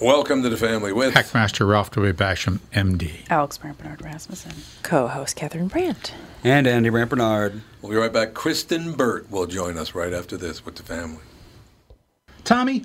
Welcome to the family with Hackmaster Ralph W. Basham, MD. Alex Brant Bernard Rasmussen. Co host Catherine Brandt. And Andy Brant Bernard. We'll be right back. Kristen Burt will join us right after this with the family. Tommy,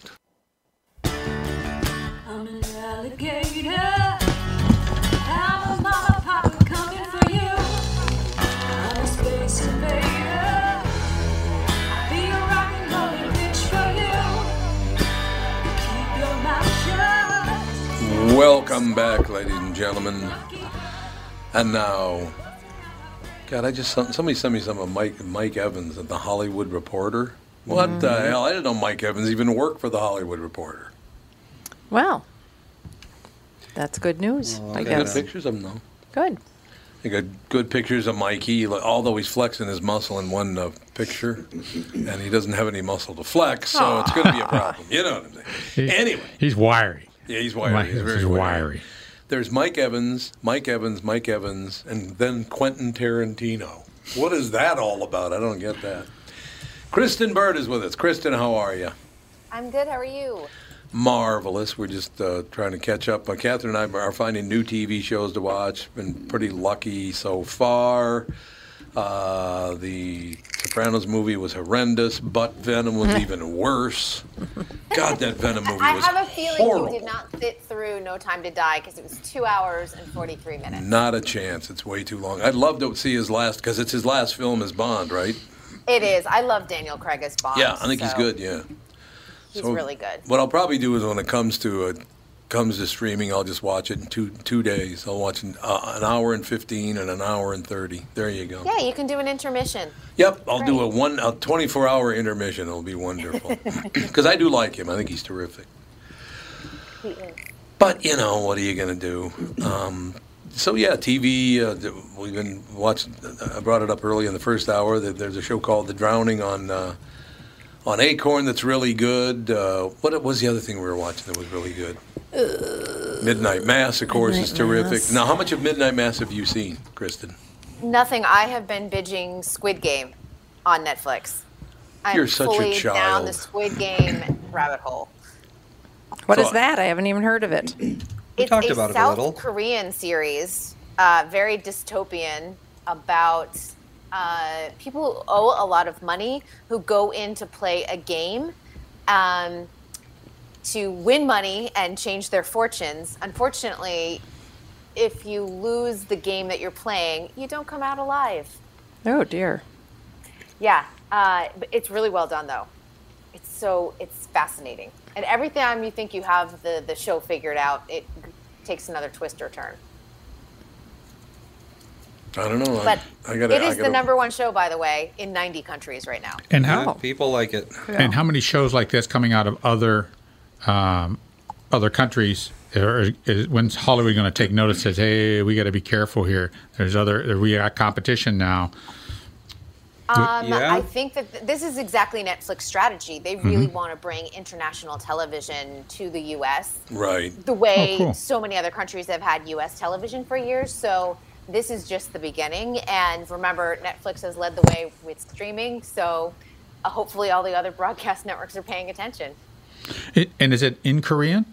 I'm an alligator. I'm a mama papa coming for you. I'm a space invader. I'll be a rock and rollin' bitch for you. Keep your mouth shut. Welcome back, ladies and gentlemen. And now, God, I just somebody sent me some of Mike Mike Evans at the Hollywood Reporter. What the Mm-hmm. hell? I didn't know Mike Evans even worked for the Hollywood Reporter. Well, that's good news, I They got guess. pictures of him though. Good. They got good pictures of Mikey, like, although he's flexing his muscle in one uh, picture, and he doesn't have any muscle to flex, so it's going to be a problem. You know what I'm saying? anyway, He's wiry. yeah, he's wiry. Mike he's Evans very is wiry. wiry. There's Mike Evans, Mike Evans, Mike Evans, and then Quentin Tarantino. What is that all about? I don't get that. Kristen Bird is with us. Kristen, how are you? I'm good. How are you? Marvelous. We're just uh, trying to catch up. Uh, Catherine and I are finding new TV shows to watch. Been pretty lucky so far. Uh, the Sopranos movie was horrendous, but Venom was even worse. God, that Venom movie I was have a feeling horrible. you did not sit through No Time to Die because it was two hours and 43 minutes. Not a chance. It's way too long. I'd love to see his last because it's his last film as Bond, right? It is. I love Daniel Craig as Bond. Yeah, I think he's so good. Yeah, He's So- really good. What I'll probably do is when it comes to a comes to streaming, I'll just watch it in two two days. I'll watch an, uh, an hour and fifteen and an hour and thirty. There you go. Yeah, you can do an intermission. Yep, I'll do a one a 24 hour intermission. It'll be wonderful because I do like him. I think he's terrific. But you know, what are you going to do? Um, so yeah, TV. Uh, th- we've been watching. I brought it up early in the first hour. That there's a show called The Drowning on uh, on Acorn that's really good. Uh, what was the other thing we were watching that was really good? Midnight Mass, of course, is Midnight terrific. Mass. Now, how much of Midnight Mass have you seen, Kristen? Nothing. I have been binging Squid Game on Netflix. I'm You're such a fully down child. the Squid Game rabbit hole. What is So- that? I haven't even heard of it. It's talked a about it a South little. Korean series, uh, very dystopian, about uh, people who owe a lot of money who go in to play a game um, to win money and change their fortunes. Unfortunately, if you lose the game that you're playing, you don't come out alive. Oh dear. Yeah, uh, but it's really well done though. It's so it's fascinating, and every time you think you have the the show figured out, it g- takes another twist or turn. I don't know. But I, I gotta, it I is the gotta- number one show, by the way, in 90 countries right now. And how people like it? And how many shows like this coming out of other um, other countries? Or is, when's Hollywood going to take notice? Says, hey, we got to be careful here. There's other we got competition now. Um, Yeah. I think that th- this is exactly Netflix strategy. They Mm-hmm. really Mhm. want to bring international television to the U.S. Right. the way Oh, cool. so many other countries have had U.S. television for years. So this is just the beginning. And remember, Netflix has led the way with streaming. So uh, hopefully, all the other broadcast networks are paying attention. It, and is it in Korean?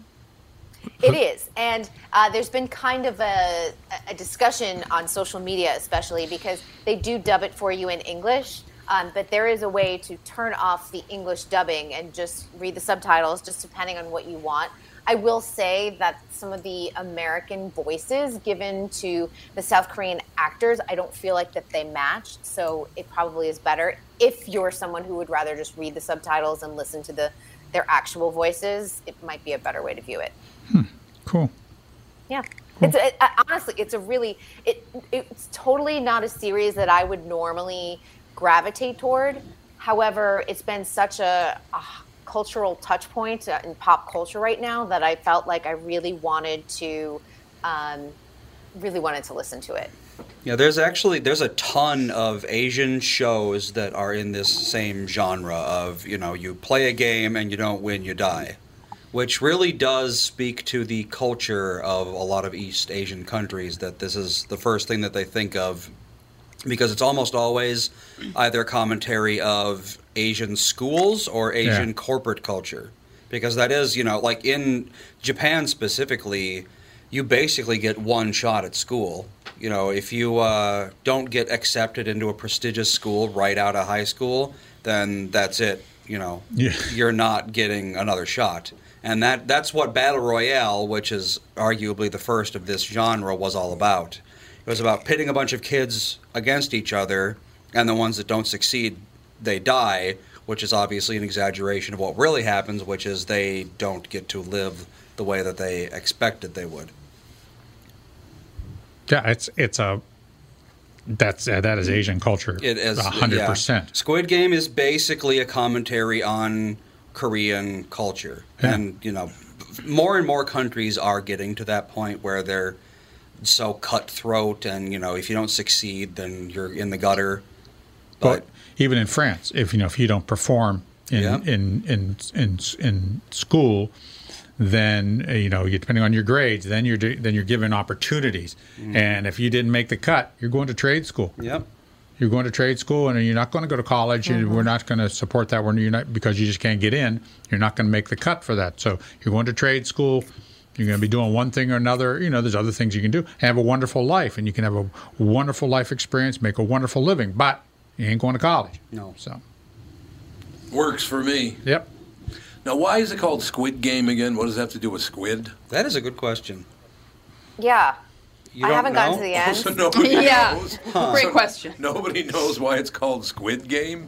It is. And uh, there's been kind of a, a discussion on social media, especially because they do dub it for you in English. Um, but there is a way to turn off the English dubbing and just read the subtitles, just depending on what you want. I will say that some of the American voices given to the South Korean actors, I don't feel like that they matched. So it probably is better if you're someone who would rather just read the subtitles and listen to the their actual voices. It might be a better way to view it. Cool. Yeah. It's a, it- honestly, it's a really it it's totally not a series that I would normally gravitate toward. However, it's been such a, a cultural touch point uh, in pop culture right now that I felt like I really wanted to um, really wanted to listen to it. Yeah, there's actually there's a ton of Asian shows that are in this same genre of you know you play a game and you don't win you die, which really does speak to the culture of a lot of East Asian countries that this is the first thing that they think of because it's almost always either commentary of Asian schools or Asian Yeah. corporate culture because that is you know like in Japan specifically you basically get one shot at school. You know, if you uh, don't get accepted into a prestigious school right out of high school, then that's it. You know, Yeah. you're not getting another shot. And that that's what Battle Royale, which is arguably the first of this genre, was all about. It was about pitting a bunch of kids against each other, and the ones that don't succeed, they die, which is obviously an exaggeration of what really happens, which is they don't get to live the way that they expected they would. Yeah, it's it's a that's uh, that is Asian culture. It is a hundred yeah. percent. Squid Game is basically a commentary on Korean culture, and you know, more and more countries are getting to that point where they're so cutthroat, and you know, if you don't succeed, then you're in the gutter. But even in France, if you know if you don't perform in in, in in in school, then uh, you know you, depending on your grades, then you're do- then you're given opportunities. Mhm. And if you didn't make the cut, you're going to trade school. Yep. You're going to trade school, and you're not going to go to college. And Mhm. we're not going to support that. We're you're not because you just can't get in. You're not going to make the cut for that. So you're going to trade school. You're going to be doing one thing or another. You know, there's other things you can do. Have a wonderful life, and you can have a wonderful life experience, make a wonderful living. But you ain't going to college. No. So Works for me. Yep. Now, why is it called Squid Game again? What does it have to do with squid? That is a good question. Yeah. You I don't haven't gotten know? to the end. So nobody yeah. knows? Great So question. Nobody knows why it's called Squid Game.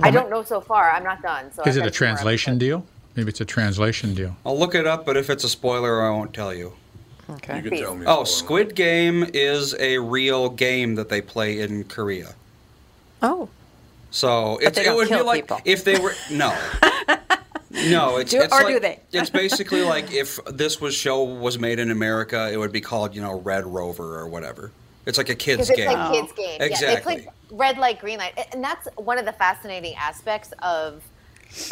I don't know so far. I'm not done. So is it a I've got some more. translation deal? Maybe it's a translation deal. I'll look it up, but if it's a spoiler, I won't tell you. You Okay. could tell me. Oh, it's horrible. Squid Game is a real game that they play in Korea. Oh, So it's, they it don't would be kill like people. if they were no, no. It's, Do- it's or like- do they? it's basically like if this was show was made in America, it would be called you know Red Rover or whatever. It's like a kids Because it's game. like kids' game. Yeah, they Exactly. play red light, green light, A- and that's one of the fascinating aspects of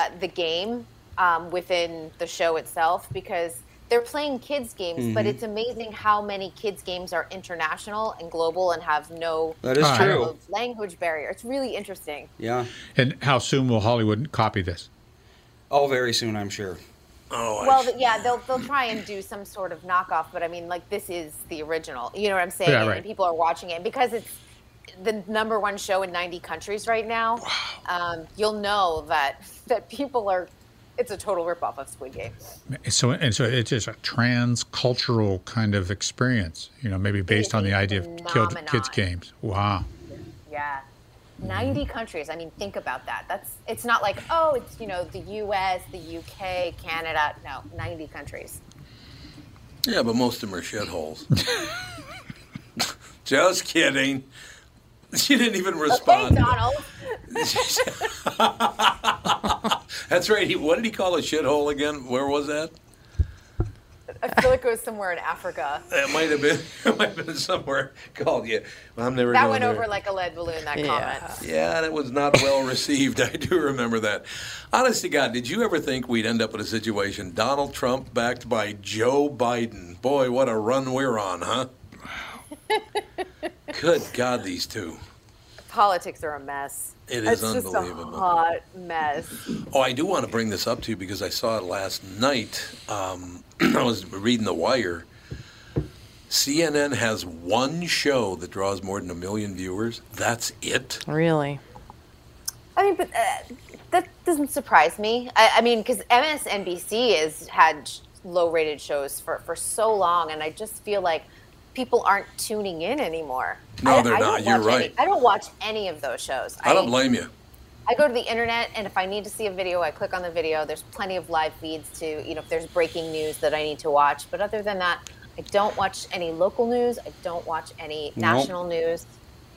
uh, the game um, within the show itself because they're playing kids' games, but Mm-hmm. it's amazing how many kids' games are international and global and have no That is Ah. true. language barrier. It's really interesting. Yeah. And how soon will Hollywood copy this? Oh, very soon, I'm sure. Oh, I Well, see. th- yeah, they'll they'll try and do some sort of knockoff, but I mean, like this is the original. You know what I'm saying? Yeah, right. And people are watching it and because it's the number one show in 90 countries right now. Um, you'll know that that people are. It's a total ripoff of Squid Game. So and so, it's just a trans-cultural kind of experience. You know, maybe based on the idea of killed kids Phenomenon. games. Wow. Yeah. 90 countries. I mean, think about that. That's it's not like, oh, it's you know, the US, the UK, Canada. No, 90 countries. Yeah, but most of them are shitholes. Just kidding. She didn't even Okay, respond. Donald. That's right. He, what did he call a shithole again? Where was that? I feel like it was somewhere in Africa. That might have been. It might have been somewhere called. Yeah, well, I'm never. That going went there. over like a lead balloon, that comment. Yeah, that was not well received. I do remember that. Honest to God, did you ever think we'd end up with a situation Donald Trump backed by Joe Biden? Boy, what a run we're on, huh? Good God, these two. Politics are a mess. It is it's Just unbelievable. a hot mess. Oh, I do want to bring this up to you because I saw it last night. Um, I was reading The Wire. CNN has one show that draws more than a million viewers. That's it. really? I mean, but uh, that doesn't surprise me. I, I mean, because MSNBC has had sh- low-rated shows for, for so long, and I just feel like people aren't tuning in anymore. No, I- they're I not. don't You're watch any- right. I don't watch any of those shows. I don't blame you. I go to the internet, and if I need to see a video, I click on the video. There's plenty of live feeds to, you know, if there's breaking news that I need to watch. But other than that, I don't watch any local news. I don't watch any national news.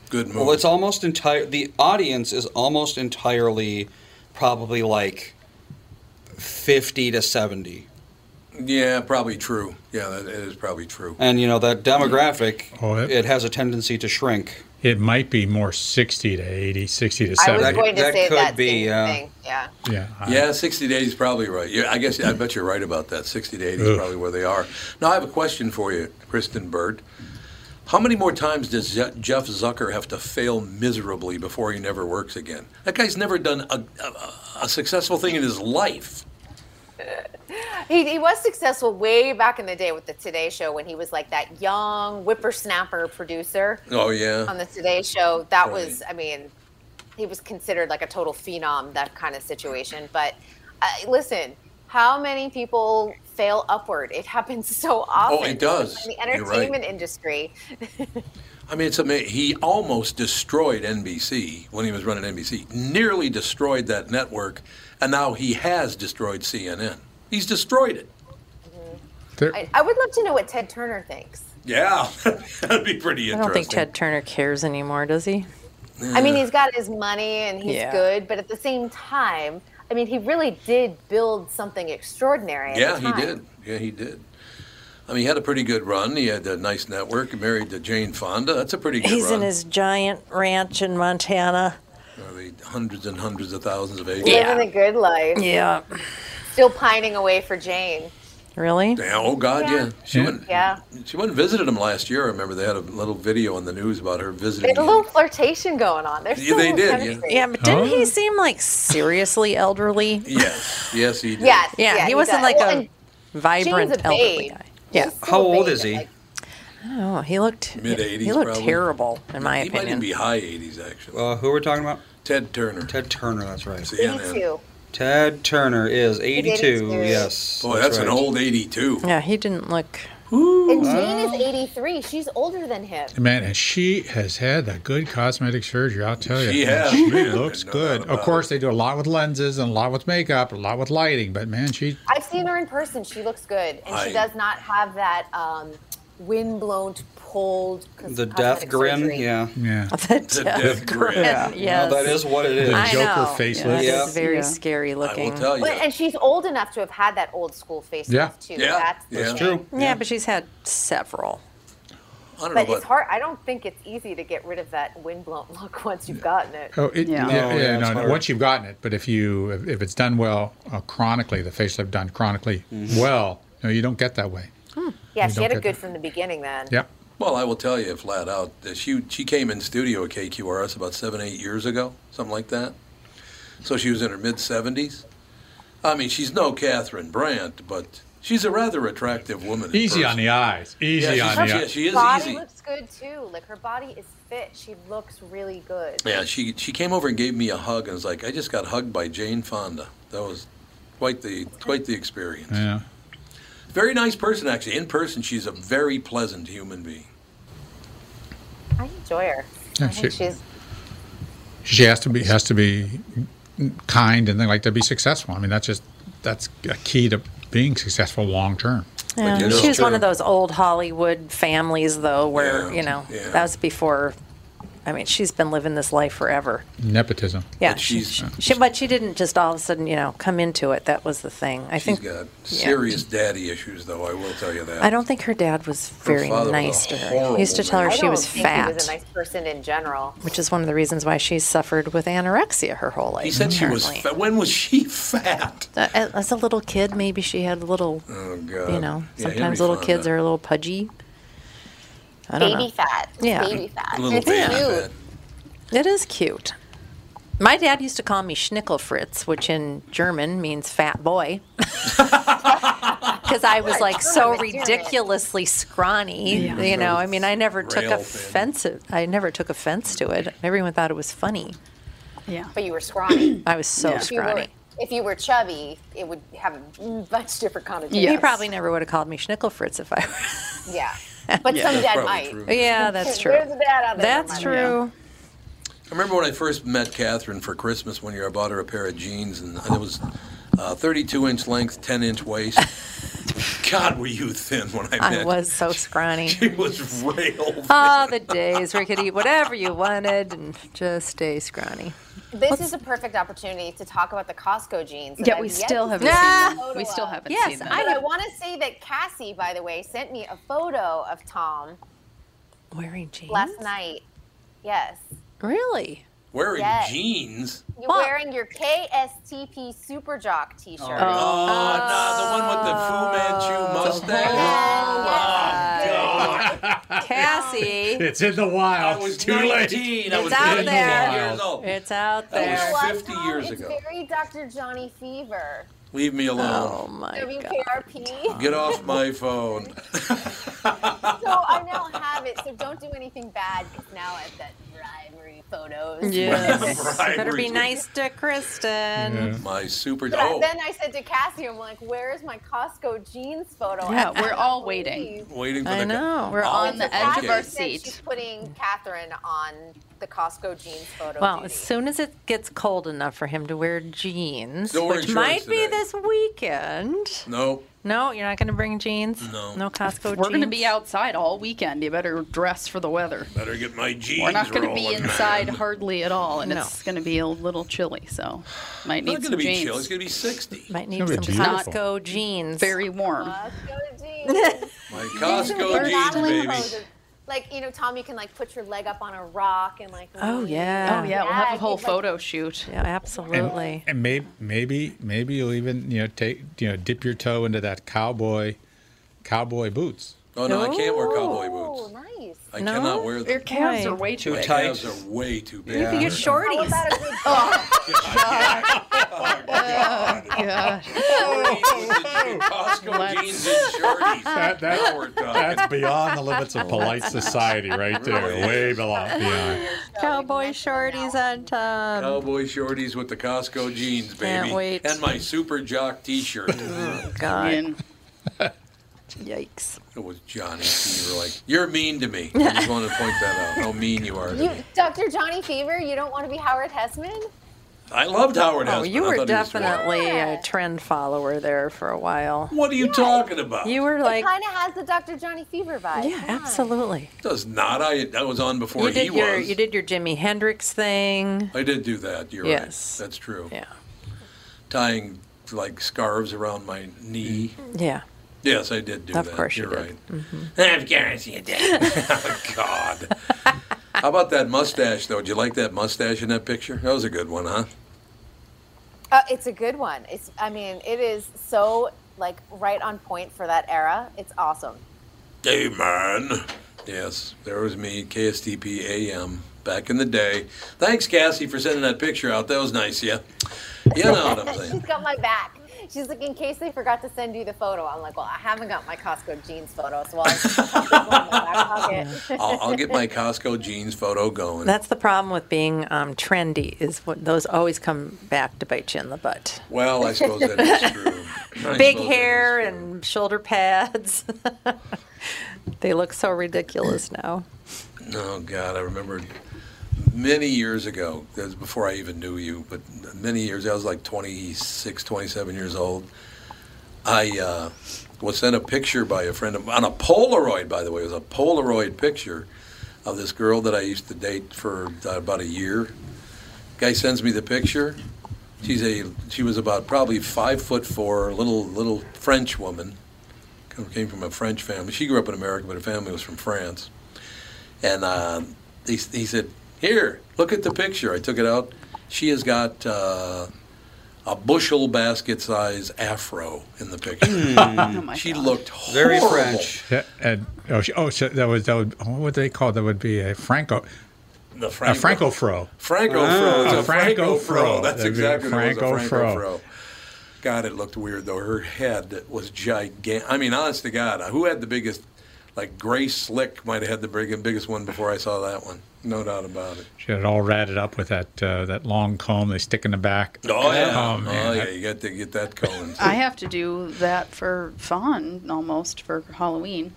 Good move. Well, it's almost entire. The audience is almost entirely, probably like, fifty to seventy, Yeah, probably true. Yeah, that is probably true. and you know that demographic. Oh, it, it- has a tendency to shrink. It might be more 60 to 80, 60 to I was 70. going to that say could that be, same uh, thing. Yeah. yeah. I- Yeah, 60 days is probably right. Yeah, I guess I bet you're right about that. 60 to 80 is Ugh. probably where they are. Now, I have a question for you, Kristen Bird. How many more times does Je- Jeff Zucker have to fail miserably before he never works again? That guy's never done a, a, a successful thing in his life. He, he was successful way back in the day with the Today Show when he was like that young whippersnapper producer Oh, yeah. on the Today Show. That Right. was, I mean, he was considered like a total phenom, that kind of situation. But uh, listen, how many people fail upward? It happens so often. Oh, it does. In the You're right. entertainment industry, I mean, it's amazing. He almost destroyed NBC when he was running NBC, nearly destroyed that network, and now he has destroyed CNN. He's destroyed it. There- I, I would love to know what Ted Turner thinks. Yeah, that'd be pretty interesting. I don't think Ted Turner cares anymore, does he? I Mm. mean, he's got his money and he's Yeah. good, but at the same time, I mean, he really did build something extraordinary. at Yeah, the he time. did. Yeah, he did. I mean, he had a pretty good run. He had a nice network. Married to Jane Fonda. That's a pretty good He's run. in his giant ranch in Montana. Are they hundreds and hundreds of thousands of acres. Living a good life. Yeah. Still pining away for Jane. Really? Yeah, Oh God, yeah. Yeah. She went. Yeah. She went and visited him last year. I remember they had a little video on the news about her They visiting. had a him. little flirtation going on. There's Yeah, they still did, yeah. chemistry. Yeah, but didn't Oh. he seem like seriously elderly? Yes, yes, he did. Yes, Yeah, he wasn't does. like Well, a and Vibrant Jane's a elderly babe. guy. Yeah. she's still How a old babe is at, he? like, Oh, he looked Mid-eighties, He looked probably. terrible, in my he might even opinion. be high 80s actually. Uh, who are we talking about? Ted Turner. Ted Turner. That's right. Yeah, man. 82. Ted Turner is 82. 82. Yes. Boy, that's, right. an old 82. yeah, he didn't look. And Jane is 83. She's older than him. Man, and she has had a good cosmetic surgery. I'll tell you, She Man, has, She man. looks No good. doubt Of about course, they do a lot with lenses and a lot with makeup, a lot with lighting. But man, she I've seen her in person. She looks good, and I- she does not have that um, wind-blown, pulled. cos- The death cosmetic grin, surgery. yeah. Yeah. The death grin. Yeah. Yeah. No, that is what it is. I know. Yeah, Yeah. It's very scary looking. But- and she's old enough to have had that old school face Yeah. mask, too. Yeah, That's the that's thing. true. Yeah, but she's had several. I don't But it's hard. I don't think it's easy to get rid of that windblown look once you've gotten it. Oh, it, yeah, yeah, No, yeah, it's no, no. hard. Once you've gotten it, but if you if, if it's done well uh, chronically, the facelift done chronically Mm-hmm. well, no, you don't get that way. Yeah, Hmm. You she don't had it get good that. from the beginning then. Yeah. Well, I will tell you flat out that she she came in studio at KQRS about seven eight years ago, something like that. So she was in her mid seventies. I mean, she's no Catherine Brandt, but she's a rather attractive woman. in Easy on person. the eyes. Easy on Yeah, she's- the she- eyes. she is body easy. looks good too. Like her body is fit. She looks really good. Yeah, she she came over and gave me a hug and was like, "I just got hugged by Jane Fonda. That was quite the quite the experience. Yeah. Very nice person, actually. In person, she's a very pleasant human being. I enjoy her. Yeah, I think she- she's She has to be has to be kind and then like to be successful. I mean, that's just that's a key to being successful long term. Yeah. She was one of those old Hollywood families, though, where, you know, that was before. I mean, she's been living this life forever. Nepotism. Yeah, she, she, but she didn't just all of a sudden, you know, come into it. That was the thing. I think. She's got yeah. serious daddy issues, though. I will tell you that. I don't think her dad was very father was a nice to her. horrible He used to tell her I she don't was think fat, She was a nice person in general. which is one of the reasons why she suffered with anorexia her whole life. He said she was. apparently. Fat. When was she fat? Uh, a- As a little kid, maybe she had a little, Oh God! you know, Yeah, Henry sometimes little Fonda. kids are a little pudgy. I don't Baby know. fat. It's Yeah. Baby fat. Little it's baby cute. fat. It is cute. My dad used to call me Schnickelfritz, which in German means fat boy. Because I was like so ridiculously scrawny, Yeah. you know. I mean, I never took Rail thin. offense. I never took offense to it. Everyone thought it was funny. Yeah. But you were scrawny. I was so If you were- scrawny. If you were chubby, it would have a much different connotation. He probably never would have called me Schnickelfritz if I were. Yeah. But Yeah, some that's dad probably might. true. Yeah, that's true. There's a dad out there. that That's might. true. I remember when I first met Catherine for Christmas one year. I bought her a pair of jeans, and it was uh, 32 inch length, 10 inch waist. God, were you thin when I met? I was so scrawny. She was rail. Ah, the days where you could eat whatever you wanted and just stay scrawny. This is a perfect opportunity to talk about the Costco jeans. that Yeah, we I've yet still to haven't see seen a them. photo We still of. haven't yes, seen them. I, but I want to say that Cassie, by the way, sent me a photo of Tom Wearing jeans. last night. Yes. Really? Wearing Yes. jeans. You're wearing your KSTP Super Jock t shirt. Oh, no, the one with the Fu Manchu Oh. mustache. Cassie. It's in the wild. I was Too late. 19. I It's was out 19 there. years old. It's out That there. was 50 years it's ago. very Dr. Johnny Fever. Leave me alone. Oh, my WKRP. Get off my phone. So I now have it. So don't do anything bad because now I've got bribery photos. Yes. Bribery. Better be nice to Kristen. My super. But I, Oh, then I said to Cassie, I'm like, where's my Costco jeans photo? Yeah, I we're cannot all believe waiting. waiting for I the. Oh, know. We're on the Cassie edge of our said She's putting Catherine on the Costco jeans photo. Well, as soon as it gets cold enough for him to wear jeans, Don't wear which shorts might be today. this weekend. No. No, you're not going to bring jeans? No. No Costco jeans? We're going to be outside all weekend. You better dress for the weather. Better get my jeans. We're not going to be rolling. inside hardly at all, and No. it's going to be a little chilly, so might It's need not going to some be jeans. chill. It's going to be 60. Might need That'd be some beautiful. Costco jeans. Very warm. My They're Costco not jeans, like baby. photos. Like you know, Tom, you can like put your leg up on a rock and like. Oh, yeah. Oh, yeah. We'll have a whole give, like, photo shoot. Yeah, absolutely. And maybe, maybe, maybe you'll even you know take you know dip your toe into that cowboy, cowboy boots. Oh no, I can't wear cowboy Oh, boots. nice. I cannot wear them. Your calves are way too My tight. calves are way too big. You could get shorties. Costco jeans and shorties. That- that- Now we're talking. That's beyond the limits of polite society, right there. Really? Way belo- beyond. Cowboy shorties um, on top. Cowboy shorties with the Costco jeans, baby. Can't wait. Oh, And my super jock t shirt. God. Yikes. It was Johnny Fever. Like, you're mean to me. I just wanted to point that out. How mean you are. to You, me. Dr. Johnny Fever, you don't want to be Howard Hessman? I loved Howard Oh, Hessman. you I were thought he was great. definitely a trend follower there for a while. What are you talking about? You were like, it kind of has the Dr. Johnny Fever vibe. yeah, absolutely. Does not. I that was on before You he did your was. you did your Jimi Hendrix thing. I did do that. You're Yes. right. That's true. Yeah. Tying like scarves around my knee. Yeah. Yes, I did do Of that. course you You're did. right. Of course you did. oh, God. How about that mustache, though? Do you like that mustache in that picture? That was a good one, huh? Uh, it's a good one. It's, I mean, it is so like right on point for that era. It's awesome. Hey, man. Yes, there was me, KSTP AM, back in the day. Thanks, Cassie, for sending that picture out. That was nice, yeah. You know what I'm saying. She's got my back. She's like, in case they forgot to send you the photo. I'm like, well, I haven't got my Costco jeans photo, so I'll just put this one in my back pocket. I'll, I'll get my Costco jeans photo going. That's the problem with being um, trendy is what those always come back to bite you in the butt. well, I suppose that is true. I Big suppose- hair and shoulder pads. they look so ridiculous now. Oh God, I remember many years ago. That was before I even knew you, but many years. I was like 26, 27 years old. I uh, was sent a picture by a friend of on a Polaroid. By the way, it was a Polaroid picture of this girl that I used to date for uh, about a year. Guy sends me the picture. She's a she was about probably five foot four, little little French woman. Came from a French family. She grew up in America, but her family was from France. And uh, he, he said, Here, look at the picture. I took it out. She has got uh, a bushel basket size afro in the picture. she looked Oh Very horrible. French. Yeah, and, oh, she, oh so that was that would oh, what they call that would be a Franco, The a Franco fro. Franco Ah. fro. It's A a Franco Franco fro. fro. That's That'd be exactly what it was, a Franco Franco fro. fro. God, it looked weird though. Her head was gigantic. I mean, honest to God, who had the biggest? Like Grace Slick might have had the big- biggest one before I saw that one. No doubt about it. She had it all ratted up with that uh, that long comb they stick in the back. Oh yeah, Oh, man. oh yeah. You got to get that going. I have to do that for fun almost for Halloween.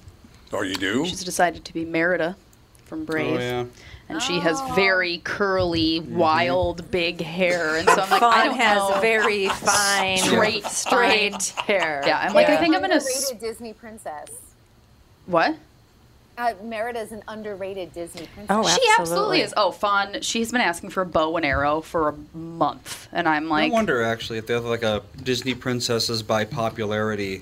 Or Oh, you do? She's decided to be Merida from Brave. Oh, yeah. And she has very Oh. curly, wild, big hair. And so I'm like, Fawn I don't has know. very fine, straight, straight hair. Yeah, I'm like, I think I'm gonna. Underrated s- Disney princess. What? Uh, Merida's an underrated Disney princess. she Oh, absolutely is. Oh, Fawn, she's been asking for a bow and arrow for a month, and I'm like, I wonder actually if they have like a Disney princesses by popularity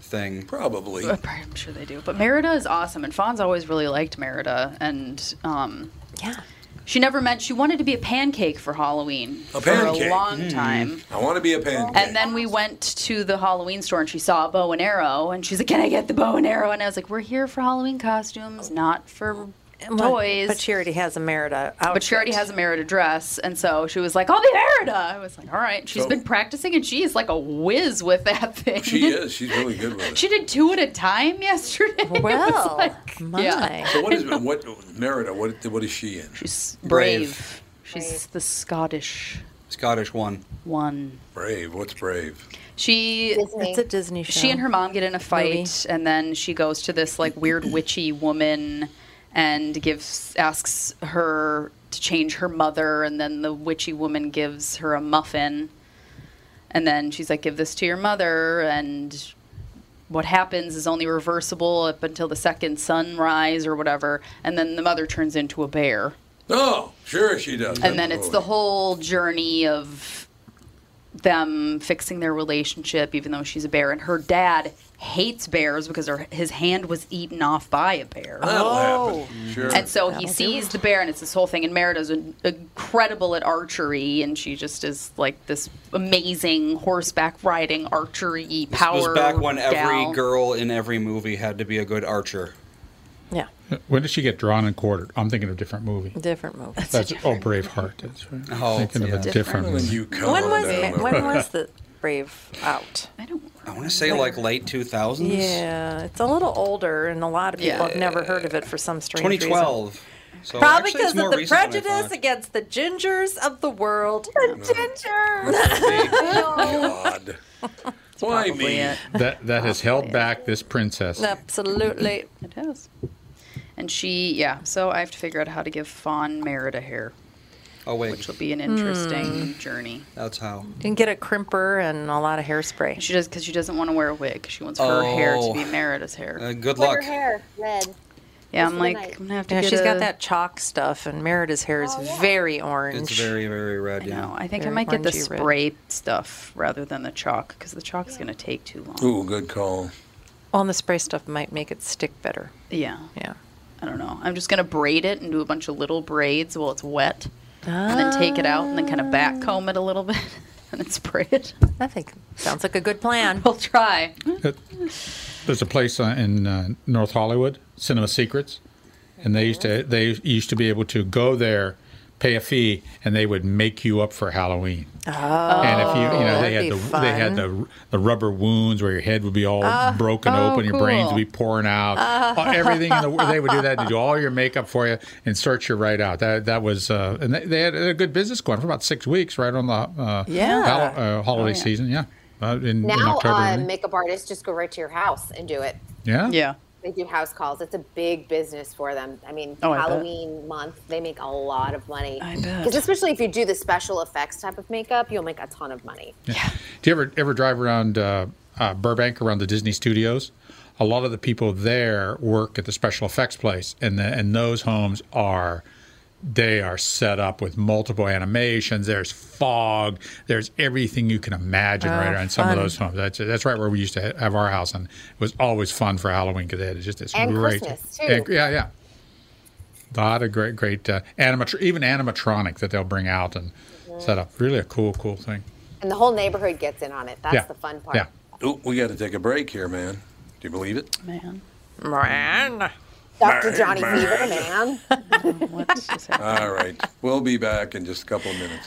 thing. Probably. I'm sure they do. But Merida is awesome, and Fawn's always really liked Merida, and um, yeah, she never meant she wanted to be a pancake for Halloween A for pancake. Mm. a Hmm. long time. I want to be a pancake. And then we went to the Halloween store and she saw a bow and arrow and she's like, Can I get the bow and arrow? And I was like, We're here for Halloween costumes, not for toys. But she already has a Merida outfit. But she already has a Merida dress. And so she was like, I'll be Merida. I was like, All right. She's So- been practicing and she is like a whiz with that thing. She is. She's really good with it. She did two at a time yesterday. It was Well, like- yeah. So what is what Merida? What what is she in? She's Brave. brave. She's the Scottish Scottish one. one. Brave. What's brave? She It's a Disney show. She and her mom get in a fight, and then she goes to this like weird witchy woman and gives asks her to change her mother, and then the witchy woman gives her a muffin, and then she's like, "Give this to your mother." And what happens is only reversible up until the second sunrise or whatever, and then the mother turns into a bear, Oh, sure she does. and then it's the whole journey of them fixing their relationship, even though she's a bear, and her dad hates bears because her, his hand was eaten off by a bear. That'll Oh. happen. Sure. And so he sees the bear, and it's this whole thing. And Merida's in- incredible at archery, and she just is like this amazing horseback riding archery power. It was back when every gal. girl in every movie had to be a good archer. yeah, When did she get drawn and quartered? I'm thinking of a different movie. different movie. That's, oh Braveheart. That's right. Oh, thinking of a yeah. different. When movie. you come when was down Ma- the- when was the Brave out? I want to say like late 2000s. Yeah, it's a little older, and a lot of people have never heard of it for some strange reason. 2012. So Probably actually, it's because of more the recent than I prejudice thought. against the gingers of the world. The Ginger. God. Why probably me? it. That that has held back this princess. Absolutely. It has. And she, yeah, so I have to figure out how to give Fawn Merritt a hair. Oh wait, Which will be an interesting journey. That's how. You can Hmm. get a crimper and a lot of hairspray. She does because she doesn't want to wear a wig. She wants her hair to Oh. be Merida's hair. Uh, good Let her hair red. Just Yeah, I'm for the like, night. I'm gonna have to Yeah, get she's got a- that chalk stuff, and Merida's hair is very orange. It's very, very red. yeah. I think Very I might get the orangey red. spray stuff rather than the chalk because the chalk's going to take too long. Ooh, good call. Well, and the spray stuff might make it stick better. Yeah. Yeah. I don't know. I'm just going to braid it and do a bunch of little braids while it's wet. And then take it out and then kind of back comb it a little bit and then spray it. I think sounds like a good plan. we'll try. There's a place uh, in uh, North Hollywood, Cinema Secrets, and they used to they used to be able to go there, pay a fee, and they would make you up for Halloween. Oh, and if you you know they that'd had be the they had the the rubber wounds where your head would be all Ah, broken oh, open, your brains cool. Ah. would be pouring out, all- everything in the world. They would do that to do all your makeup for you and search you right out. That that was uh, and they, they had a good business going for about six weeks, right on the uh, Yeah. Hall- uh, holiday Oh, yeah. season. Yeah, uh, in, in Now, October. uh, and- makeup artists just go right to your house and do it. yeah, yeah. They do house calls. It's a big business for them. I mean, Oh, I bet. Halloween month, they make a lot of money. I bet. Because especially if you do the special effects type of makeup, you'll make a ton of money. Do you ever ever drive around uh, uh, Burbank around the Disney studios? A lot of the people there work at the special effects place, and the, and those homes are they are set up with multiple animations. There's fog. There's everything you can imagine Oh, right around some of fun. those homes. That's that's right where we used to ha- have our house, and it was always fun for Halloween because they had just this And great Christmas, too. and- yeah, yeah. A lot of great, great uh, animatr- even animatronic that they'll bring out and set up. Really a cool, cool thing. Mm. And the whole neighborhood gets in on it. That's Yeah. the fun part. Yeah. Ooh, we got to take a break here, man. Do you believe it? Man. Man. Dr. Johnny Man. Fever, man. All right. We'll be back in just a couple of minutes.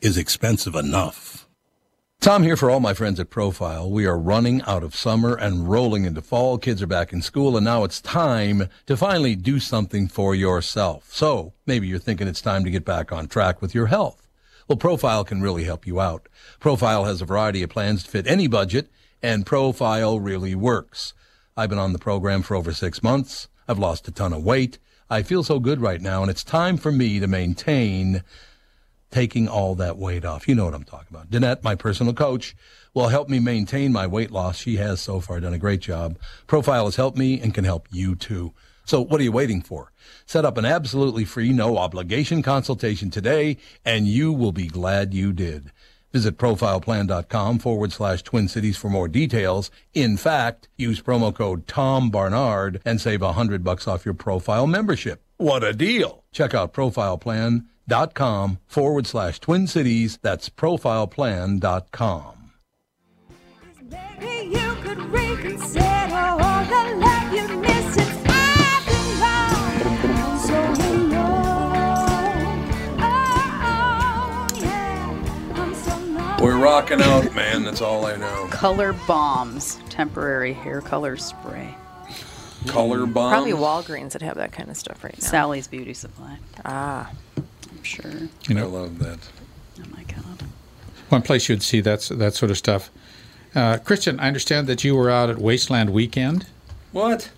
is expensive enough. Tom here for all my friends at Profile. We are running out of summer and rolling into fall. Kids are back in school and now it's time to finally do something for yourself. So maybe you're thinking it's time to get back on track with your health. Well, Profile can really help you out. Profile has a variety of plans to fit any budget and Profile really works. I've been on the program for over six months. I've lost a ton of weight. I feel so good right now and it's time for me to maintain taking all that weight off. You know what I'm talking about. Danette, my personal coach, will help me maintain my weight loss. She has so far done a great job. Profile has helped me and can help you too. So what are you waiting for? Set up an absolutely free, no obligation consultation today, and you will be glad you did. Visit profileplan.com forward slash twin cities for more details. In fact, use promo code Tom Barnard and save a hundred bucks off your profile membership. What a deal! Check out profileplan.com forward slash twin cities. That's profileplan.com. Maybe you could reconsider all the love you missed since I've been gone. I'm so in love. Oh, oh, yeah. I'm so in love. We're rocking out, man. That's all I know. Color bombs, temporary hair color spray. Color Mm. bomb. Probably Walgreens would have that kind of stuff right now. Sally's Beauty Supply. Ah. I'm sure. You know, I love that. One place you'd see that that sort of stuff. Uh, Christian, I understand that you were out at Wasteland Weekend. What?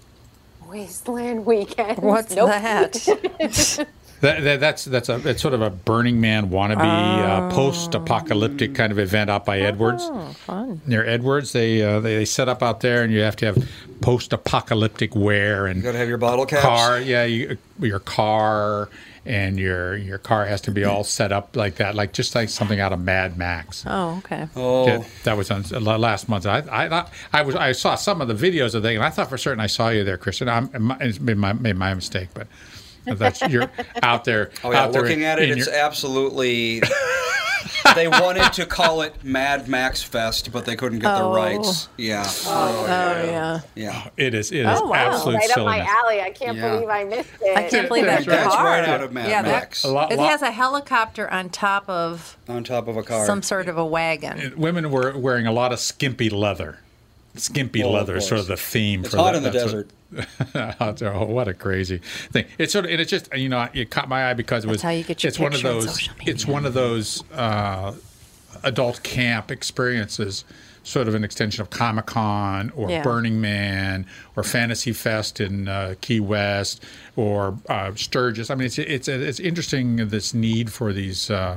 Wasteland weekend. What's nope. that? That, that, that's that's a it's sort of a Burning Man wannabe uh, post-apocalyptic kind of event out by Edwards. Oh, fun. Near Edwards, they, uh, they they set up out there, and you have to have post-apocalyptic wear and you gotta have your bottle caps. car. Yeah, you, your car and your your car has to be all set up like that, like just like something out of Mad Max. Oh, okay. That, that was on, uh, last month. I, I thought- I was I saw some of the videos of the thing, and I thought for certain I saw you there, Christian. I'm, it might- it's made my made my mistake, but I thought you're out there. Oh yeah, out there looking at it, in it's your- absolutely they wanted to call it Mad Max Fest, but they couldn't get Oh. the rights. Yeah. Oh, yeah. Yeah. It is. It is Oh, wow. absolute right up my silliness. alley. I can't Yeah. believe I missed it. I can't believe that That's car. right out of Mad yeah, that- Max. A lot- it lot- has a helicopter on top of on top of a car. some sort of a wagon. Women were wearing a lot of skimpy leather. Skimpy Well, of leather is sort of the course. theme Oh, It's for hot that. in the That's what, desert. oh, what a crazy thing! It's sort of, and it's just you know, it caught my eye because it That's was. how you get your it's one of picture on those. social It's one of those uh, adult camp experiences, sort of an extension of Comic Con or Yeah. Burning Man or Fantasy Fest in uh, Key West or uh, Sturgis. I mean, it's it's it's interesting this need for these uh,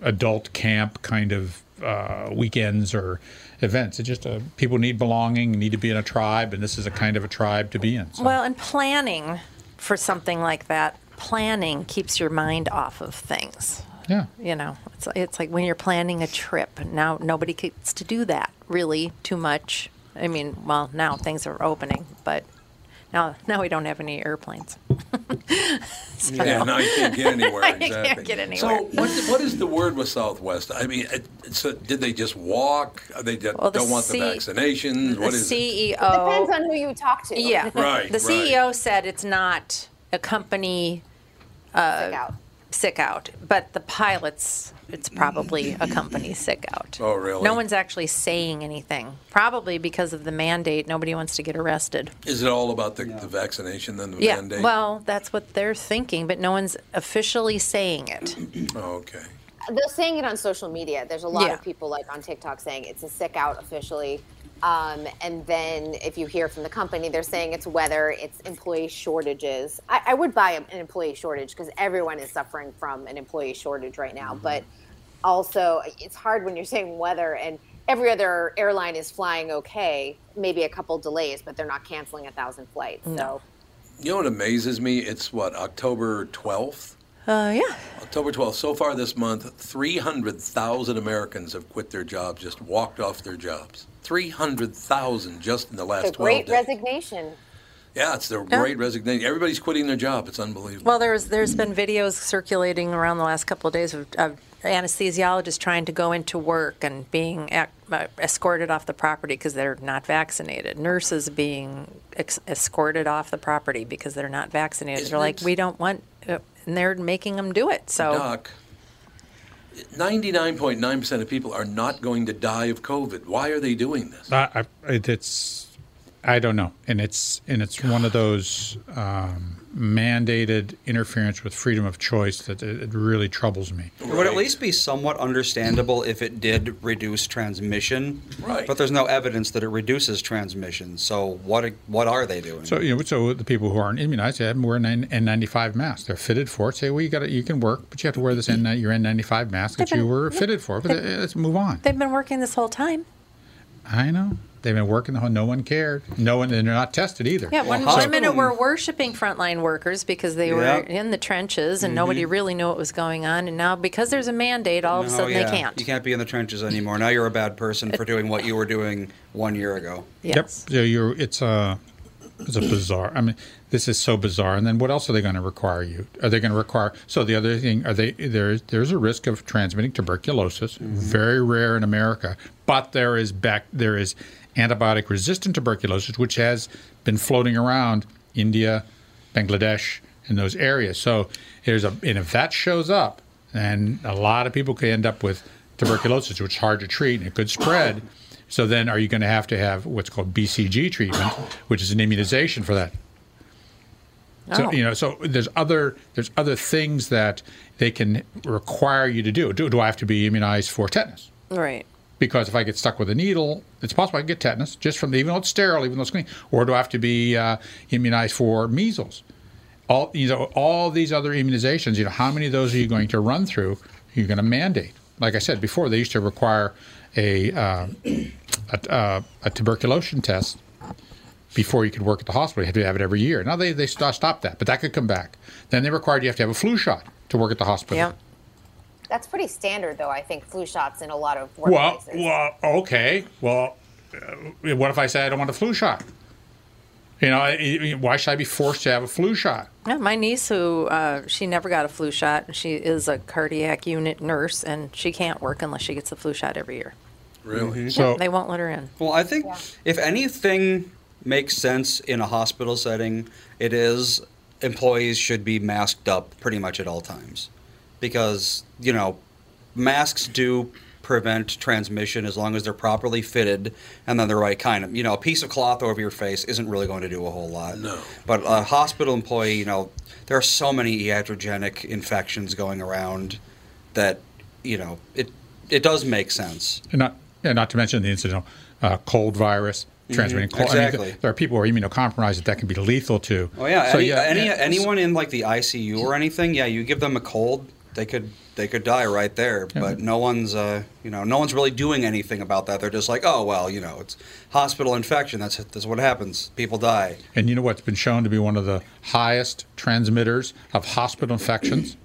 adult camp kind of uh, weekends or events. It just uh, people need belonging, need to be in a tribe, and this is a kind of a tribe to be in. Well, and planning for something like that, planning keeps your mind off of things. Yeah. You know, it's it's like when you're planning a trip. Now nobody gets to do that really too much. I mean, well, now things are opening, but now now we don't have any airplanes. Yeah, now you can't get anywhere. You Exactly. can't get anywhere. So what, what is the word with Southwest? I mean, it, it's a, did they just walk? Are They just Well, the don't want the C- vaccinations. What the is it? CEO depends on who you talk to. Oh, Yeah, Right, right. The CEO said it's not a company uh, sick out, but the pilots, it's probably a company sick out. Oh, really? No one's actually saying anything, probably because of the mandate. Nobody wants to get arrested. Is it all about the, the vaccination then the yeah, mandate? well, that's what they're thinking, but no one's officially saying it. oh, okay. They're saying it on social media. There's a lot Yeah. of people like on TikTok saying it's a sick out officially. Um, and then if you hear from the company, they're saying it's weather, it's employee shortages. I, I would buy an employee shortage because everyone is suffering from an employee shortage right now. Mm-hmm. But also, it's hard when you're saying weather and every other airline is flying okay, maybe a couple delays, but they're not canceling a thousand flights. So. You know what amazes me? It's what October twelfth. Uh, yeah. October 12th, so far this month, 300,000 Americans have quit their jobs, just walked off their jobs. 300,000 just in the The last 12 great days. resignation. Yeah, it's the Yeah. great resignation. Everybody's quitting their job. It's unbelievable. Well, there's there's been videos circulating around the last couple of days of, of anesthesiologists trying to go into work and being ac- uh, escorted off the property because they're not vaccinated. Nurses being ex- escorted off the property because they're not vaccinated. they're like, we don't want, uh, and they're making them do it. So Doc, 99.9% of people are not going to die of COVID. Why are they doing this? I, I, it, it's I don't know, and it's and it's one of those um, mandated interference with freedom of choice that it, it really troubles me. It would at least be somewhat understandable if it did reduce transmission. Right. But there's no evidence that it reduces transmission. So what what are they doing? So you know, so the people who aren't immunized, they have to wear an N95 mask. They're fitted for it. Say, well, you got you can work, but you have to wear this N your N95 mask that you were fitted for. But uh, They've- let's move on. they've been working this whole time. I know they've been working the whole. No one cared. No one, and they're not tested either. Yeah, one, So- one minute we're worshiping frontline workers because they Yeah. were in the trenches and nobody Mhm. Mm-hmm. really knew what was going on. And now, because there's a mandate, all of a No, sudden Oh, yeah. they can't. You can't be in the trenches anymore. Now you're a bad person for doing what you were doing one year ago. Yep. So you're it's a it's a bizarre. I mean, this is so bizarre. And then what else are they going to require you? Are they going to require? So the other thing, are they there? There's a risk of transmitting tuberculosis, very rare in America, but there is back there is antibiotic resistant tuberculosis, which has been floating around India, Bangladesh, and those areas. So there's a and if that shows up, then a lot of people could end up with tuberculosis, which is hard to treat and it could spread. So then, are you going to have to have what's called BCG treatment, which is an immunization for that? So Oh. you know, so there's other there's other things that they can require you to do. Do, do I have to be immunized for tetanus? Right. Because if I get stuck with a needle, it's possible I can get tetanus just from the, even though it's sterile, even though it's clean. Or do I have to be uh, immunized for measles? All you know, all these other immunizations. You know, how many of those are you going to run through? You're going to mandate. Like I said before, they used to require a uh, a, uh, a tuberculosis test before you could work at the hospital. You had to have it every year. Now they they sto- stopped that, but that could come back. Then they required you have to have a flu shot to work at the hospital. That's pretty standard, though, I think, flu shots in a lot of workplaces. Well, well, okay. Well, uh, what if I say I don't want a flu shot? You know, I- I- why should I be forced to have a flu shot? Yeah, my niece, who uh, she never got a flu shot, and she is a cardiac unit nurse, and she can't work unless she gets the flu shot every year. Really? Yeah, they won't let her in. Well, I think if anything makes sense in a hospital setting, it is employees should be masked up pretty much at all times. Because, you know, masks do prevent transmission as long as they're properly fitted and then the right kind of, you know, a piece of cloth over your face isn't really going to do a whole lot. No. But a hospital employee, you know, there are so many iatrogenic infections going around that, you know, it it does make sense. And not, and not to mention the incidental uh, cold virus transmitting Mhm, cold. I mean, th- exactly. there are people who are immunocompromised that that can be lethal to. Oh yeah, So, any, yeah, any yeah, anyone in like the ICU or anything, yeah, you give them a cold, they could they could die right there. Yeah. But no one's uh, you know no one's really doing anything about that. They're just like, oh well, you know, it's hospital infection. That's that's what happens. People die. And you know what's been shown to be one of the highest transmitters of hospital infections?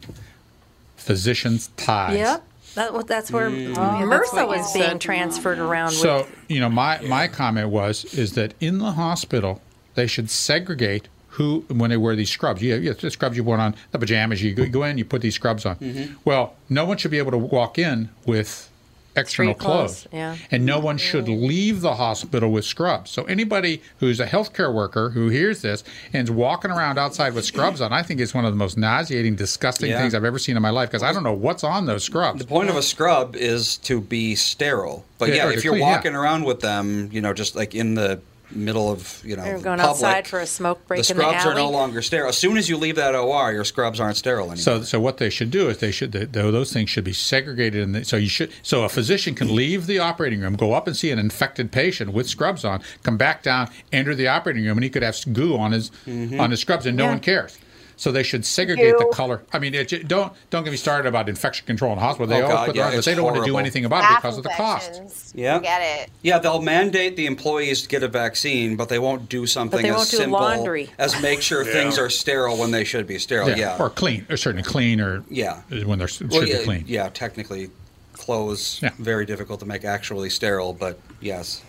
Physicians' ties. Yep. That, well, that's where Mm. MRSA that's what you was being said. transferred around. So with, you know, my my comment was is that in the hospital they should segregate who when they wear these scrubs. You, you the scrubs you put on the pajamas. You go, you go in, you put these scrubs on. Mm-hmm. Mhm. Well, no one should be able to walk in with external Street clothes, clothes, yeah. and no one should leave the hospital with scrubs. So anybody who's a healthcare worker who hears this and is walking around outside with scrubs on, I think is one of the most nauseating, disgusting Yeah. things I've ever seen in my life because I don't know what's on those scrubs. The point of a scrub is to be sterile. But Yeah, yeah, or if to you're clean, yeah. walking around with them, you know, just like in the middle of you know they were the going public, outside for a smoke break the in the alley. scrubs are no longer sterile. As soon as you leave that OR, your scrubs aren't sterile anymore. So, so what they should do is they should th th- those things should be segregated, and so you should so a physician can leave the operating room, go up and see an infected patient with scrubs on, come back down, enter the operating room, and he could have s- goo on his on his scrubs, and no Yeah. one cares. So they should segregate the You- color. I mean, it, ju- don't don't get me started about infection control in the hospital. They Oh, always God, put yeah, their on, but it's they don't want to do horrible. anything about it because of the cost. Yeah. Forget it. Yeah, they'll mandate the employees to get a vaccine, but they won't do something they as won't do simple laundry. as make sure things are sterile when they should be sterile. Yeah. or clean, or certainly clean, or Yeah. when they're s- should Well, be yeah, clean. yeah, technically clothes Yeah. very difficult to make actually sterile, but yes.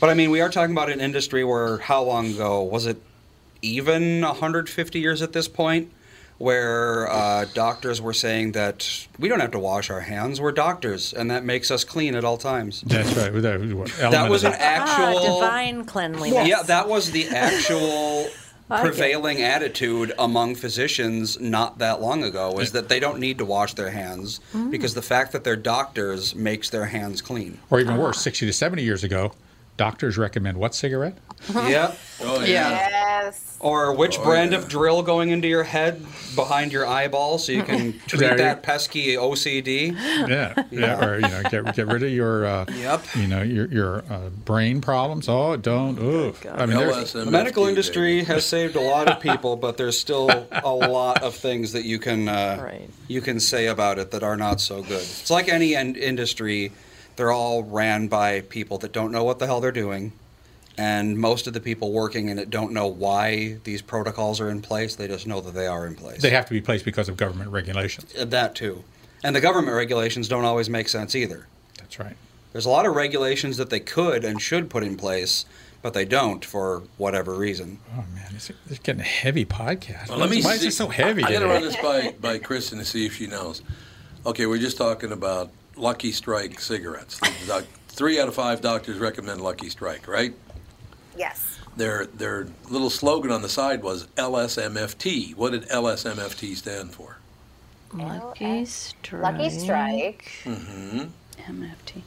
But I mean, we are talking about an industry where how long ago was it even 150 years at this point where uh, doctors were saying that we don't have to wash our hands, we're doctors and that makes us clean at all times. That's right. That was, what, That element was of an the- actual ah, divine cleanliness. yeah, that was the actual I like it. prevailing attitude among physicians not that long ago is that they don't need to wash their hands because the fact that they're doctors makes their hands clean. or even worse, sixty to seventy years ago, doctors recommend what cigarette? yeah. Oh, Yes. Or which Oh, brand yeah. of drill going into your head behind your eyeball so you can There treat you- that pesky OCD. Yeah, yeah, or you know, get get rid of your, uh, Yep. you know, your your uh, brain problems. Oh, don't. Oof. I mean, there's- The LSMFT, medical baby. industry has saved a lot of people, but there's still a lot of things that you can uh, Right. you can say about it that are not so good. It's like any end industry; they're all ran by people that don't know what the hell they're doing, and most of the people working in it don't know why these protocols are in place. They just know that they are in place. Uh, they have to be placed because of government regulations. that too, and the government regulations don't always make sense either. That's right. There's a lot of regulations that they could and should put in place, but they don't for whatever reason. Oh man, it's, it's getting a heavy podcast. Well, let me Why see. is it so heavy? I, I gotta today? run this by, by Kristen to see if she knows. Okay, we're just talking about Lucky Strike cigarettes. The doc- three out of five doctors recommend Lucky Strike, right? Yes. Their their little slogan on the side was LSMFT. What did LSMFT stand for? Lucky strike. Lucky strike. Mm-hmm. MFT.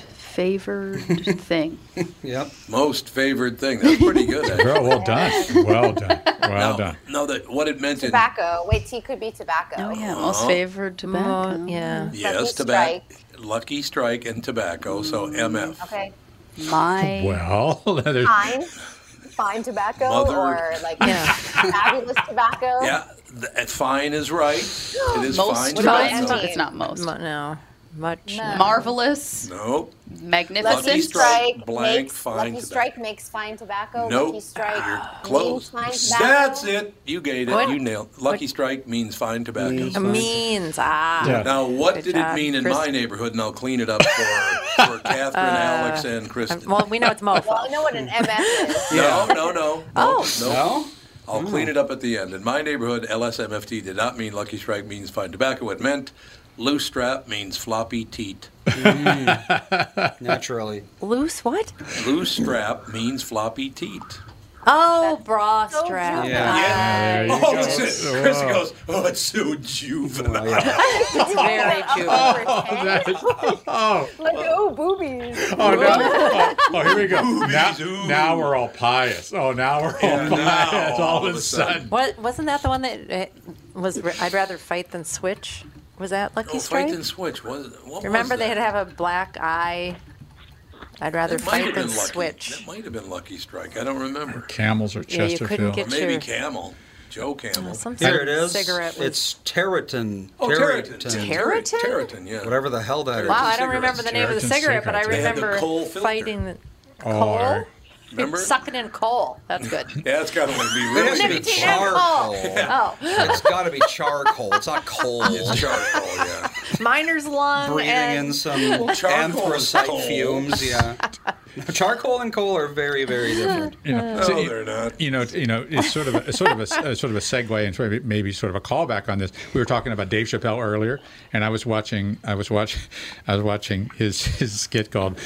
favored thing. Yep. Most favored thing. That's pretty good. Actually. Girl, well done, well done, well No, done. no, that what it meant in Tobacco. Wait, tea could be tobacco. Oh yeah, most favored tobacco. Mo- yeah. yes, tobacco, Lucky Lucky Strike and tobacco. So MF. Okay. My Well, there's- Fine. Fine tobacco Mother- or like Yeah. fabulous tobacco. Yeah, th- fine is right. It is most fine. fine. tobacco. It's not most. Mo- No. much. No. Marvelous. Nope. Magnificent. Lucky Strike blank makes fine Lucky tobacco. Strike makes fine tobacco. Nope. Lucky Strike You're means close. fine tobacco. That's it. You get it. What- You nailed. it. Lucky strike means fine tobacco. means ah. Now, what Good did job, it mean in my Kristen. neighborhood? And I'll clean it up for, for Catherine, Uh, Alex, and Kristen. Well, we know it's mofo. Well, I know what an MF is. No, no, no. Oh. No. Mm. I'll clean it up at the end. In my neighborhood, LSMFT did not mean lucky strike means fine tobacco. It meant loose strap means floppy teat. Mm. Naturally. Loose what? Loose strap means floppy teat. Oh, bra strap. Yeah. Oh, Nice. Oh, it's it. Chris goes, oh, it's so juvenile. It's very juvenile. Oh, Like, oh, boobies. oh, no. oh, oh, here we go. Now, now we're all pious. Oh, now we're all pious all, of a sudden. What wasn't that the one that uh, was? r- I'd rather fight than switch. Was that Lucky Oh, Strike? fight and switch. Was, what Remember, was they that? had to have a black eye. I'd rather That might fight have than been lucky. switch. That might have been lucky strike. I don't remember. Camels or Yeah, you couldn't Chesterfield. get Maybe your- Oh, Camel. Joe Camel. some Here it is. Cigarette was- It's Territon. Oh, Territon. Territon? Territon, yeah. Whatever the hell that is. Wow, I don't remember the name of the Territon cigarette, but I cigarettes. They had the remember coal filter. fighting the Oh, Remember? sucking in coal. That's good. Yeah, it's got to be It really has to be good. Nicotine and charcoal. Oh, It's got to be charcoal. It's not coal. It's charcoal, yeah. miner's lung Breathing Um, and in some charcoal is coal. anthracite fumes. Yeah. Charcoal and coal are very, very different. you know, No, so it- Oh, they're not. you know, you know, it's sort of a, it's sort of a, a sort of a segue and sort of maybe sort of a callback on this. We were talking about Dave Chappelle earlier, and I was watching, I was watching, I was watching his his skit called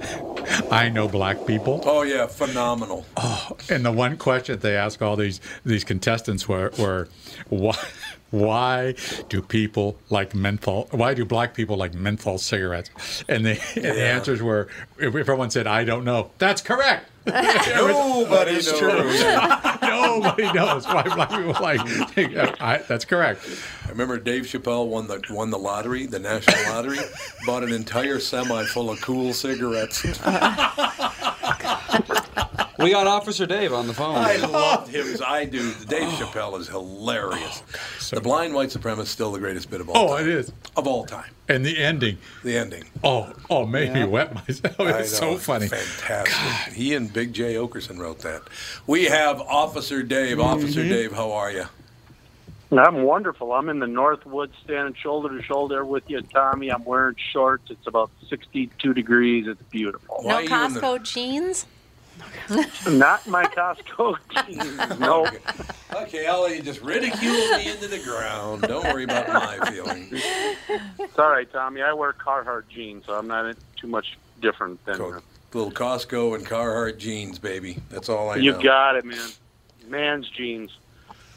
"I Know Black People." Oh, yeah, phenomenal. And the one question they ask all these these contestants were, were why why do people like menthol? Why do black people like menthol cigarettes? And the, and the answers were, if everyone said, "I don't know," that's correct. Nobody It's knows. Nobody knows why black people like. I, that's correct. I remember Dave Chappelle won the won the lottery, the national lottery, bought an entire semi full of cool cigarettes. We got Officer Dave on the phone. I loved him as I do. Dave Chappelle is hilarious. the blind white supremacist is still the greatest bit of all Oh, time. it is. Of all time. And the ending. The ending. Oh, oh, made me wet myself. I Oh, It's know, so funny. Fantastic. He and Big J. Okerson wrote that. We have Officer Dave. Officer Mm-hmm. Dave, how are you? Mm-hmm. I'm wonderful. I'm in the North Woods, standing shoulder to shoulder with you, Tommy. I'm wearing shorts. It's about 62 degrees. It's beautiful. no are you in the- Costco jeans. Not my Costco jeans. No. Okay, I'll let you just ridicule me into the ground. Oh, Don't worry about my feelings. It's all right, Tommy. I wear Carhartt jeans, so I'm not too much different than Go- Little Costco and Carhartt jeans, baby. That's all I you. know. Got it, man. Man's jeans.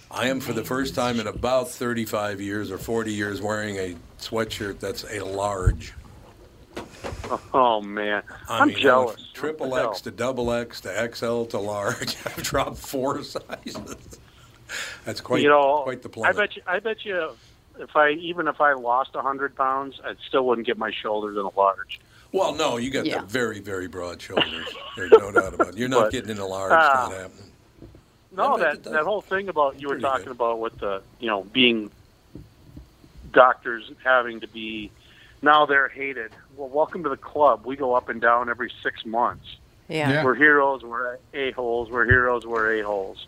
I am for the first time in about 35 years or 40 years wearing a sweatshirt that's a large. Oh man, I am mean, I went jealous. from Triple What the hell? X to double X to XL to large. I've dropped four sizes. That's quite you know, quite the I plummet. bet you. I bet you. If I even if I lost 100 pounds, I still wouldn't get my shoulders in a large. Well, no, you got Yeah. the very very broad shoulders. There's no doubt about it. You're not But, getting in a large. ah. not happening. No, I bet it that does. that whole thing about you were Pretty good. talking about with the you know being doctors having to be now they're hated. Well, welcome to the club. We go up and down every six months. Yeah. Yeah. We're heroes. We're a holes. We're heroes. We're a holes.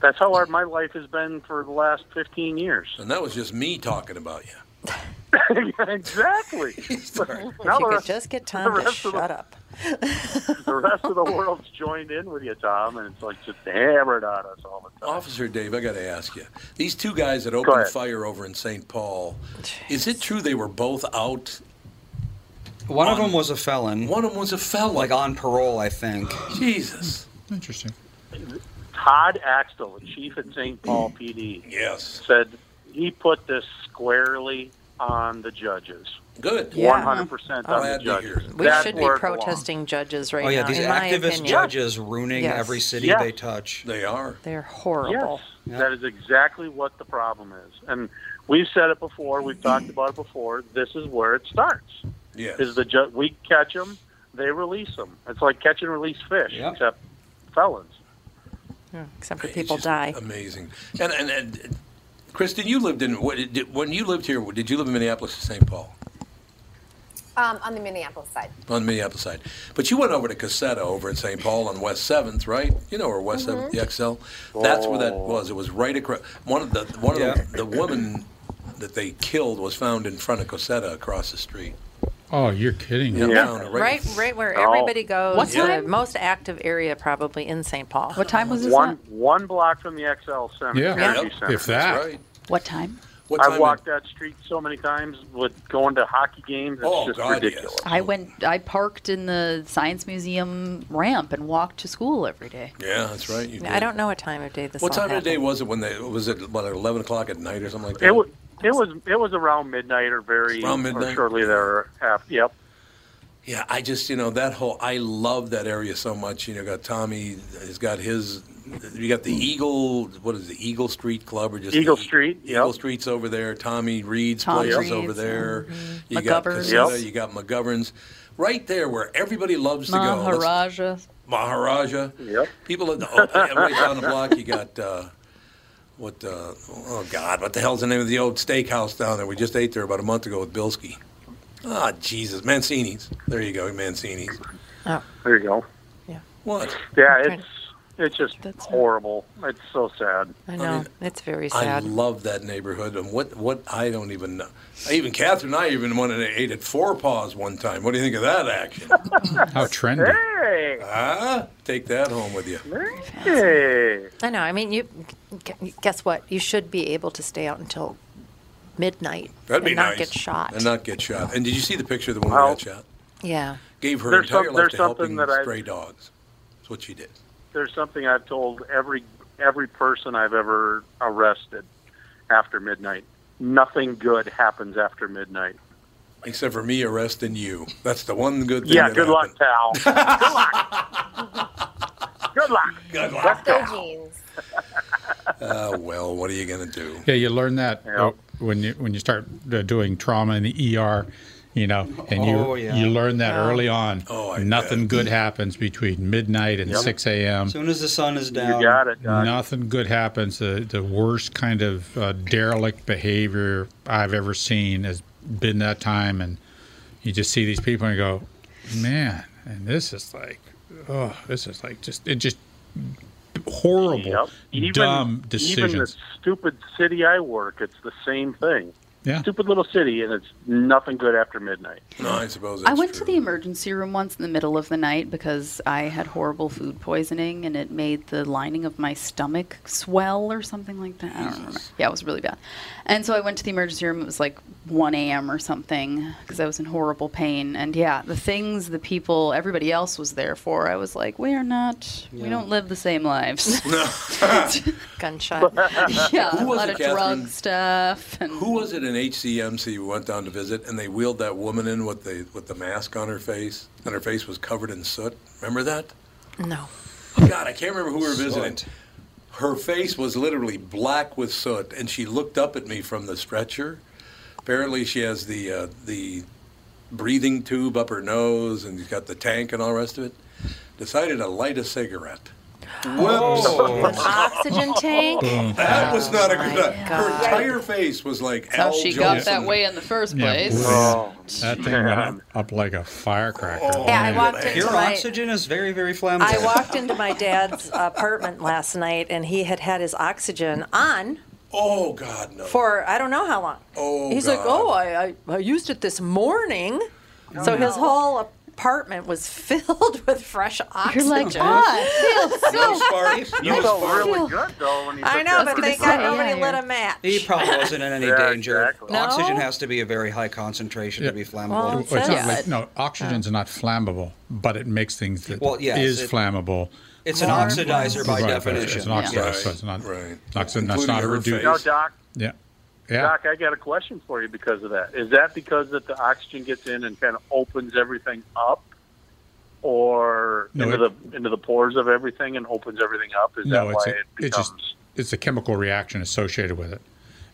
That's how our, my life has been for the last 15 years. And that was just me talking about you. exactly. now If the you could rest, just get Tom to rest of the- shut up. the rest of the world's joined in with you, Tom, and it's like just hammered on us all the time. Officer Dave, I got to ask you. These two guys that Go opened ahead. fire over in St. Paul, is it true they were both out? One of them was a felon. One of them was a felon. Like on parole, I think. Jesus. Interesting. Todd Axtell, the chief at St. Paul PD, Mm. Yes. said he put this squarely on the judges. Good. Yeah. 100% on Glad the to hear judges. it. We That's should be where it protesting judges right Oh yeah, now. these in my activist opinion, judges ruining Yes. every city Yeah. they touch. They are. they're belongs. horrible. Yes, that is exactly what the problem is. And we've said it before, we've talked about it before. This is where it starts. Yes. Is the ju- we catch them, they release them. It's like catch and release fish, Yep. except felons. Except for It's people just die. Amazing. And, and, and Kristen, you lived in, what, did, when you lived here, did you live in Minneapolis or St. Paul? Um, on the Minneapolis side. on the Minneapolis side. But you went over to Casetta over in St. Paul on West Seventh, right? You know where West Mhm. Mm-hmm. Seventh, the XL. That's where Oh. that was. It was right across. One of the one of the, the woman that they killed was found in front of Casetta across the street. Oh, you're kidding. Yeah, down Right, right, where Oh. everybody goes. What the time? most active area probably in St. Paul. What time was One one block from the XL Center. Yeah, Energy if Center. that. That's right. What time? I've walked that street so many times with going to hockey games. It's Oh, just God, yes. ridiculous. I went. I parked in the science museum ramp and walked to school every day. Yeah, that's right. You I did. don't know what time of day this. What all time of the day happened. was it when they was it about eleven o'clock at night or something like that? It was it was it was around midnight or very Around or midnight. shortly there. After, yep. Yeah, I just you know that whole I love that area so much. You know, got Tommy has got his. You got the Eagle. What is the Eagle Street Club or just Eagle the E- Street, Eagle Street's over there. Tommy Reed's Tom place Reed's, is over there. You got McGovern's. Caseta, Yep. You got McGovern's. Right there, where everybody loves to go. Let's- Maharaja. Maharaja. Yep. People at the, oh, yeah, right down the block. You got uh, what? Uh, oh God, what the hell's the name of the old steakhouse down there? We just ate there about a month ago with Bilski. Ah, Jesus, Mancini's. There you go, Mancini's. Oh. There you go. What? Yeah, it's it's just horrible. It's so sad. I know it's very I sad. love that neighborhood, and what what I don't even know. Even Catherine and I even went and ate at Four Paws one time. What do you think of that action? How trendy. Hey. Ah, take that home with you. Hey. I know. I mean, you gu- guess what? You should be able to stay out until midnight That'd be and not nice. get shot. And not get shot. And did you see the picture of the woman who got shot? yeah. Gave her There's entire some- life there's to something helping that I- stray dogs. That's what she did. There's something I've told every every person I've ever arrested after midnight. Nothing good happens after midnight. Except for me arresting you. That's the one good thing. Yeah, that good luck, happened. pal. good luck. Good luck. Good luck. Rock their jeans. Ah, well, what are you going to do? Yeah, you learn that uh, when you when you start uh, doing trauma in the ER, you know, and you Oh, yeah. you learn that Yeah. early on. Oh, nothing good happens between midnight and Yep. six a.m. As soon as the sun is down, Nothing good happens. The, the worst kind of uh, derelict behavior I've ever seen has been that time, and you just see these people and go, man, and this is like, oh, this is like just it just horrible, Even, dumb Even the decisions. stupid city I work, it's the same thing. Yeah. Stupid little city, and it's nothing good after midnight. No, I suppose I went to the emergency room once in the middle of the night because I had horrible food poisoning and it made the lining of my stomach swell or something like that. I don't remember. Yeah, it was really bad. And so I went to the emergency room. It was like 1 a.m. or something because I was in horrible pain. And yeah, the things the people, everybody else was there for, I was like, we are not, we Yeah. don't live the same lives. Gunshot. yeah, Who a was lot it, of Catherine? drug stuff. And Who was it in HCMC we went down to visit, and they wheeled that woman in with the with the mask on her face, and her face was covered in soot. Remember that? No. God, I can't remember who we were visiting. Her face was literally black with soot, and she looked up at me from the stretcher. Apparently, she has the uh, the breathing tube up her nose, and she's got the tank and all the rest of it. Decided to light a cigarette. An oxygen tank. That was not a my good. Her God. entire face was like. Oh That's how Al she got Jolson. that way in the first Yeah, place. boy, Oh, Oh, that thing went up, up like a firecracker. Yeah, I walked into Pure my- oxygen is very, very flammable. I walked into my dad's apartment last night, and he had had his oxygen on. Oh God, no! For I don't know how long. Oh, He's like, God. oh, I, I I used it this morning, Oh, so his whole apartment was filled with fresh oxygen. like, "Ah, it feels so You felt really good though when you I took know, that but thank first God breath. nobody lit a match. He probably wasn't in any Yeah, danger. exactly. No? Oxygen has to be a very high concentration to be Well, flammable. it says- It's not like, no, oxygen's not flammable, but it makes things that is Well, yes, it- flammable. it's an oxidizer by Right, right, definition. It's an oxidizer, Yeah. so it's not, right. oxygen, that's not a reduced. No, Doc. Yeah. Yeah. Doc, I got a question for you because of that. Is that because that the oxygen gets in and kind of opens everything up, or No, into it- the into the pores of everything and opens everything up? Is no, that it's why a, it it's becomes? just it's a chemical reaction associated with it.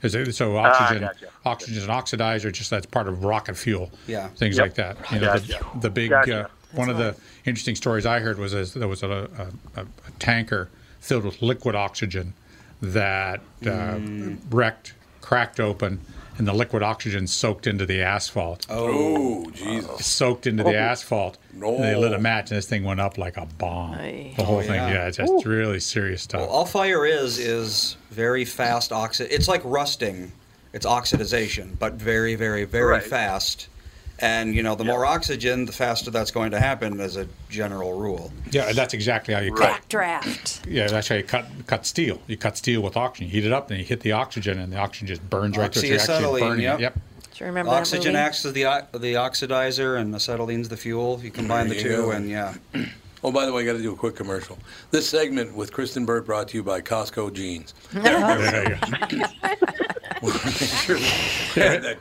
Is it- so Ah, oxygen, gotcha. oxygen is an oxidizer. Just that's part of rocket fuel. Yeah. things Yep. like that. You know, Gotcha. the, the big Gotcha. uh, one of the interesting stories I heard was is there was a, a, a, a Mm. tanker filled with liquid oxygen that uh, wrecked cracked open and the liquid oxygen soaked into the asphalt. Oh, Jesus. Soaked into the Oh. asphalt. And they lit a No. match, and this thing went up like a bomb. The Oh, whole thing, yeah. yeah, it's just really serious stuff. All fire is is very fast oxid. It's like rusting. It's oxidization, but very, very, very Right. fast. And you know, the more oxygen, the faster that's going to happen, as a general rule. Yeah, that's exactly how you cut. Draft. Yeah, that's how you cut cut steel. You cut steel with oxygen. You heat it up, and you hit the oxygen, and the oxygen just burns right through. it. So you're actually Oxyacetylene. burning it. Yep. Yep. Do you remember Oxygen that movie? acts as the o- the oxidizer, and acetylene's the fuel. You combine the There two, you go. and yeah. Oh, by the way, I got to do a quick commercial. This segment with Kristen Burt brought to you by Costco Jeans. There We're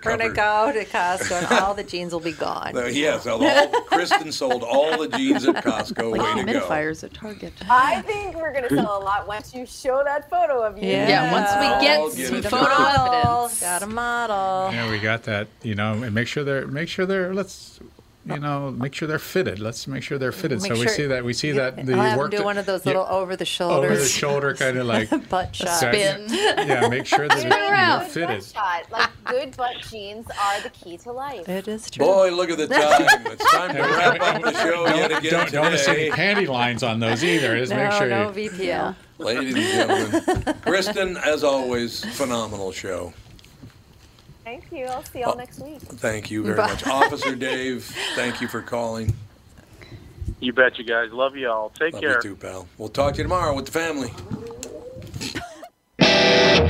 going to go to Costco and all the jeans will be gone. Uh, yes, all- all- Kristen sold all the jeans at Costco. Like Way to go. humidifiers at Target. I think we're gonna sell a lot once you show that photo of you. Yeah, Yeah, once we get I'll get some it. photo evidence. Got a model. Yeah, we got that. You know, and make sure they're make sure they're let's you know make sure they're fitted. Let's make sure they're fitted. Make so we sure- see that we see that the I'll have work them do that- one of those yeah, little over the shoulder. over the shoulder kind of like butt shot. Spin. yeah, make sure that You it- know, you're good Oh. butt fitted. shot. Like good butt jeans are the key to life. It is true. Boy, look at the time. It's time to wrap up the show yet again Don't, don't want to see today. any panty lines on those either. Oh, Just make sure you VPL. Ladies and gentlemen, Kristen, as always, phenomenal show. Thank you. I'll see y'all next week. Thank you very Bye. much. Officer Dave, thank you for calling. You bet, you guys. Love you all. Take Love care. you too, pal. We'll talk to you tomorrow with the family.